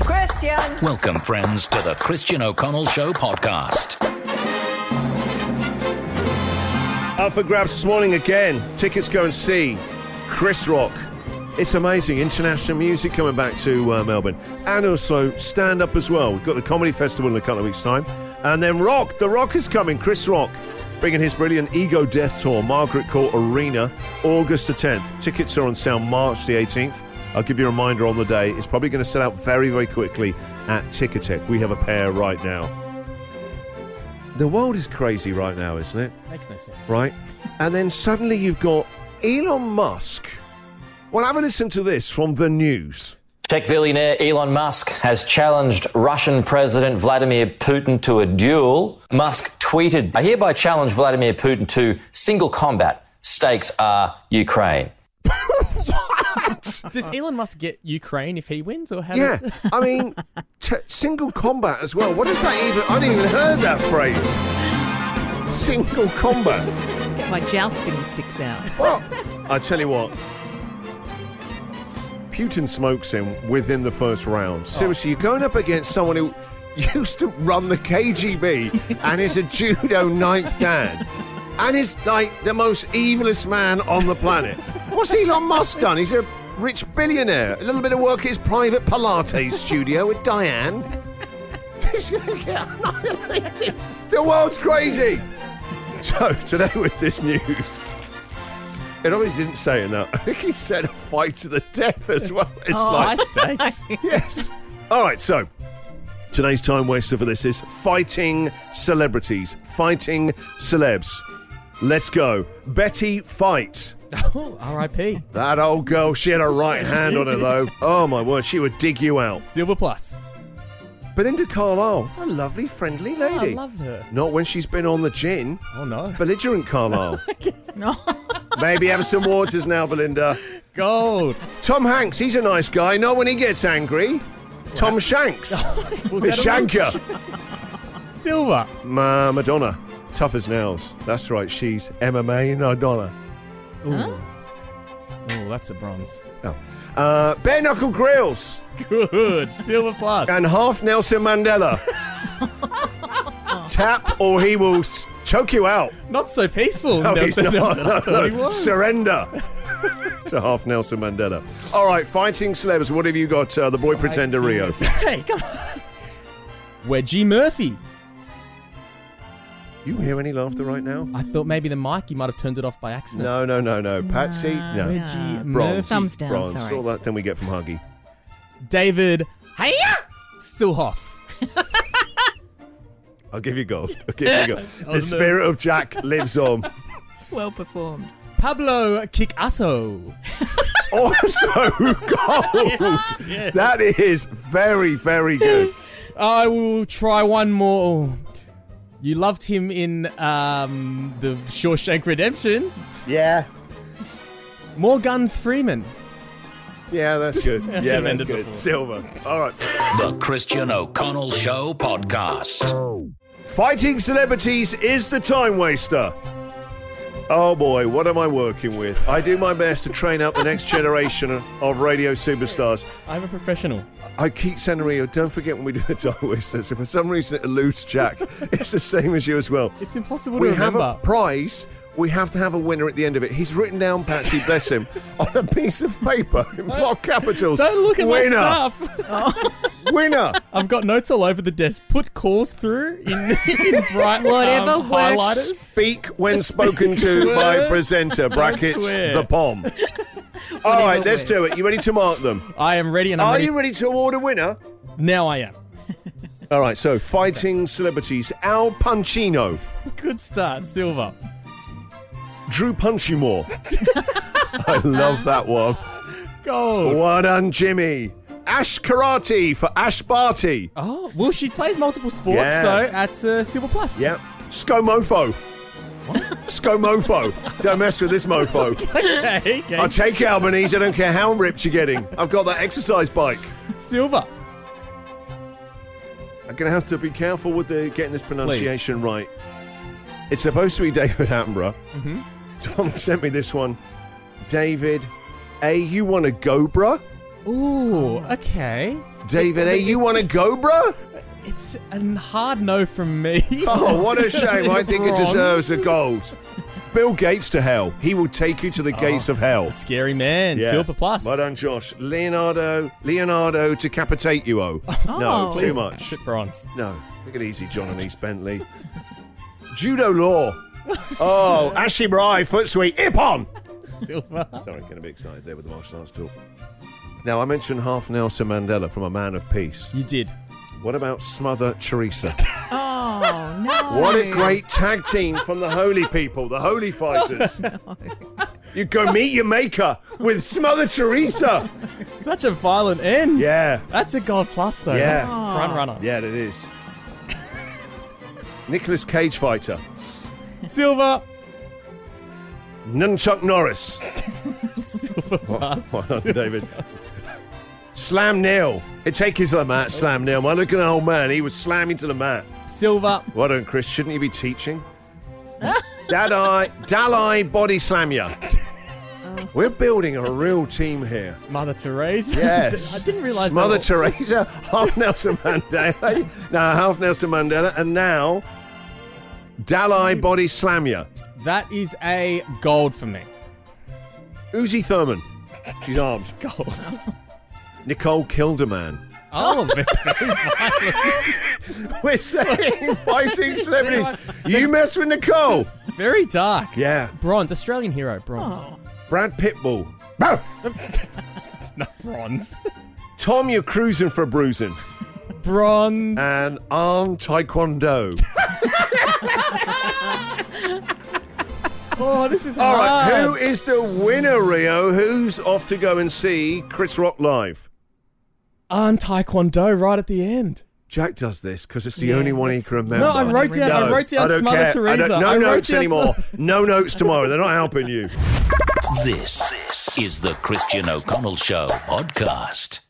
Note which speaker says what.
Speaker 1: Christian.
Speaker 2: Welcome, friends, to the Christian O'Connell Show podcast.
Speaker 3: Up for grabs this morning again. Tickets go and see Chris Rock. It's amazing. International music coming back to uh, Melbourne. And also stand up as well. We've got the Comedy Festival in a couple of weeks' time. And then Rock. The Rock is coming. Chris Rock. Bringing his brilliant Ego Death Tour, Margaret Court Arena, August the 10th. Tickets are on sale March the 18th. I'll give you a reminder on the day. It's probably going to sell out very, very quickly at Ticketek. We have a pair right now. The world is crazy right now, isn't it?
Speaker 4: Makes no sense.
Speaker 3: right? And then suddenly you've got Elon Musk. Well, have a listen to this from the news.
Speaker 5: Tech billionaire Elon Musk has challenged Russian President Vladimir Putin to a duel. Musk tweeted, I hereby challenge Vladimir Putin to single combat. Stakes are Ukraine.
Speaker 4: Does Elon Musk get Ukraine if he wins, or how
Speaker 3: Uh, Yeah,
Speaker 4: does?
Speaker 3: I mean, t- single combat as well. What is that even? I didn't even heard that phrase. Single combat.
Speaker 6: Get my jousting sticks out.
Speaker 3: Well, I tell you what. Putin smokes him within the first round. Seriously, you're going up against someone who used to run the KGB and is a judo ninth dan and is like the most evilest man on the planet. What's Elon Musk done? He's a rich billionaire. A little bit of work at his private Pilates studio with Diane. the world's crazy. So today with this news. It obviously didn't say enough. I think he said a fight to the death as well. It's
Speaker 4: Oh,
Speaker 3: like
Speaker 4: stakes.
Speaker 3: yes. All right, so today's time waster for this is fighting celebrities, fighting celebs. Let's go. Betty fight.
Speaker 4: Oh, R.I.P.
Speaker 3: That old girl, she had a right hand on her though. Oh my word, she would dig you out.
Speaker 4: Silver plus.
Speaker 3: Belinda Carlisle, a lovely, friendly
Speaker 4: Oh, I
Speaker 3: lady.
Speaker 4: love her.
Speaker 3: Not when she's been on the gin.
Speaker 4: Oh no.
Speaker 3: Belligerent Carlisle.
Speaker 6: No.
Speaker 3: Maybe have some waters now, Belinda.
Speaker 4: Gold.
Speaker 3: Tom Hanks, he's a nice guy. Not when he gets angry. Tom Shanks,
Speaker 4: Was
Speaker 3: the
Speaker 4: that a win?
Speaker 3: shanker.
Speaker 4: Silver.
Speaker 3: Ma Madonna, tough as nails. That's right, she's MMA Madonna.
Speaker 4: Ooh. Oh, that's a bronze.
Speaker 3: Oh. Uh, bare knuckle grills
Speaker 4: Good. Silver plus.
Speaker 3: and half Nelson Mandela. Tap or he will s- choke you out.
Speaker 4: Not so peaceful.
Speaker 3: No, Oh, he's
Speaker 4: Nelson,
Speaker 3: not.
Speaker 4: Nelson. I
Speaker 3: No,
Speaker 4: thought he
Speaker 3: no.
Speaker 4: was.
Speaker 3: Surrender to half Nelson Mandela. All right, fighting celebs. What have you got? Uh, the boy pretender Rio.
Speaker 4: Hey, come on. Wedgie Murphy.
Speaker 3: You hear any laughter right now?
Speaker 4: I thought maybe the mic, you might have turned it off by accident.
Speaker 3: No, no, no, no. Patsy, no.
Speaker 6: No.
Speaker 4: Wedgie
Speaker 6: Nah.
Speaker 4: Murphy.
Speaker 3: Bronze.
Speaker 6: Thumbs down,
Speaker 3: Bronze.
Speaker 6: sorry.
Speaker 3: All that then we get from Huggy.
Speaker 4: David. Hiya! Silhoff.
Speaker 3: I'll give you gold. I'll give you gold. the
Speaker 4: was
Speaker 3: spirit of Jack lives on.
Speaker 6: well performed.
Speaker 4: Pablo Kikasso.
Speaker 3: also gold. That is very, very good.
Speaker 4: I will try one more. You loved him in um, the Shawshank Redemption.
Speaker 3: Yeah.
Speaker 4: More guns, Freeman.
Speaker 3: Yeah, that's good. Yeah, that's
Speaker 4: ended
Speaker 3: good.
Speaker 4: before.
Speaker 3: Silver. All right.
Speaker 2: The Christian O'Connell Show podcast.
Speaker 3: Fighting celebrities is the time waster. Oh boy, what am I working with? I do my best to train up the next generation of radio superstars.
Speaker 4: I'm a professional.
Speaker 3: I keep sending Rio, don't forget when we do the time wasters. If for some reason it eludes Jack, it's the same as you as well.
Speaker 4: It's impossible
Speaker 3: we
Speaker 4: to
Speaker 3: have
Speaker 4: remember.
Speaker 3: a prize. We have to have a winner at the end of it. He's written down, Patsy, bless him, on a piece of paper in block capitals.
Speaker 4: Don't look at
Speaker 3: winner,
Speaker 4: my stuff.
Speaker 3: Winner.
Speaker 4: I've got notes all over the desk. Put calls through in, in bright
Speaker 6: Whatever
Speaker 4: um,
Speaker 6: works.
Speaker 4: highlighters.
Speaker 3: Speak when spoken to by
Speaker 4: words.
Speaker 3: presenter brackets
Speaker 4: swear.
Speaker 3: the pom. All right, let's do it. You ready to mark them?
Speaker 4: I am ready, and I'm
Speaker 3: Are
Speaker 4: ready.
Speaker 3: you ready to award a winner?
Speaker 4: now I am.
Speaker 3: All right. So fighting celebrities: Al Pacino,
Speaker 4: Good start, Silver.
Speaker 3: Drew Punchymore. I love that one.
Speaker 4: Gold.
Speaker 3: Well done, Jimmy. Ash Karate for Ash Barty.
Speaker 4: Oh, well, she plays multiple sports,
Speaker 3: Yeah.
Speaker 4: so that's uh, Silver Plus.
Speaker 3: Yep. Scomofo. Scomofo. Don't mess with this mofo.
Speaker 4: Okay, okay.
Speaker 3: I'll take it, Albanese. I don't care how ripped you're getting. I've got that exercise bike.
Speaker 4: Silver.
Speaker 3: I'm going to have to be careful with the getting this pronunciation right. It's supposed to be David Attenborough.
Speaker 4: Mm-hmm.
Speaker 3: Tom sent me this one. David, A, you want a Gobra? Oh.
Speaker 4: Ooh, okay.
Speaker 3: David A, you want to go, bruh?
Speaker 4: It's a hard no from me.
Speaker 3: Oh, what a
Speaker 4: It's
Speaker 3: shame. I think it
Speaker 4: wrong.
Speaker 3: deserves a gold. Bill Gates to hell. He will take you to the gates of hell.
Speaker 4: Scary man.
Speaker 3: Yeah.
Speaker 4: Oh. Silver plus.
Speaker 3: Well done, Josh. Leonardo, Leonardo decapitate you, oh. No,
Speaker 6: Oh.
Speaker 3: too much.
Speaker 4: Shit bronze.
Speaker 3: No, take it easy, John and East Bentley. Judo law. Oh, Ashy Bry, foot sweep, Ippon!
Speaker 4: Silver.
Speaker 3: Sorry, getting a bit excited there with the martial arts talk. Now, I mentioned half Nelson Mandela from A Man of Peace.
Speaker 4: You did.
Speaker 3: What about Smother Teresa?
Speaker 6: Oh, no.
Speaker 3: What a great tag team from the Holy People, the Holy Fighters. You go meet your maker with Smother Teresa.
Speaker 4: Such a violent end.
Speaker 3: Yeah.
Speaker 4: That's a gold plus though.
Speaker 3: Yeah.
Speaker 4: That's front runner.
Speaker 3: Yeah, it is. Nicholas Cage fighter.
Speaker 4: Silver.
Speaker 3: Nunchuck Norris.
Speaker 4: Silver plus.
Speaker 3: Well done, David. Slam Neil. It take his the mat, slam Neil. My looking at an old man, he was slamming to the mat.
Speaker 4: Silver.
Speaker 3: Well done, Chris. Shouldn't you be teaching? Dadai, Dalai body slam ya.
Speaker 4: Oh.
Speaker 3: We're building a real team here.
Speaker 4: Mother Teresa.
Speaker 3: Yes.
Speaker 4: I didn't realize
Speaker 3: Mother
Speaker 4: that.
Speaker 3: Teresa, half Nelson Mandela. no, half Nelson Mandela, and now Dalai Body Slamya.
Speaker 4: that is a gold for me.
Speaker 3: Uzi Thurman. She's armed.
Speaker 4: Gold.
Speaker 3: Nicole Kilderman.
Speaker 4: Oh, man.
Speaker 3: We're saying fighting celebrities. You mess with Nicole.
Speaker 4: very dark.
Speaker 3: Yeah.
Speaker 4: Bronze. Australian hero. Bronze.
Speaker 6: Oh.
Speaker 3: Brad Pitbull.
Speaker 4: It's not bronze.
Speaker 3: Tom, you're cruising for bruising.
Speaker 4: bronze.
Speaker 3: And Arn Taekwondo.
Speaker 4: oh, this is
Speaker 3: All right,
Speaker 4: hard.
Speaker 3: who is the winner, Rio? Who's off to go and see Chris Rock live?
Speaker 4: on Taekwondo right at the end.
Speaker 3: Jack does this because it's the
Speaker 6: Yeah,
Speaker 3: only one he
Speaker 6: that's-
Speaker 3: can remember.
Speaker 4: No, I wrote down. I
Speaker 3: No,
Speaker 4: wrote down
Speaker 3: don't
Speaker 4: Smother
Speaker 3: care. I
Speaker 4: Teresa.
Speaker 3: don't- no
Speaker 4: I wrote
Speaker 3: notes
Speaker 4: down
Speaker 3: anymore. no notes tomorrow. They're not helping you.
Speaker 2: This is the Christian O'Connell Show podcast.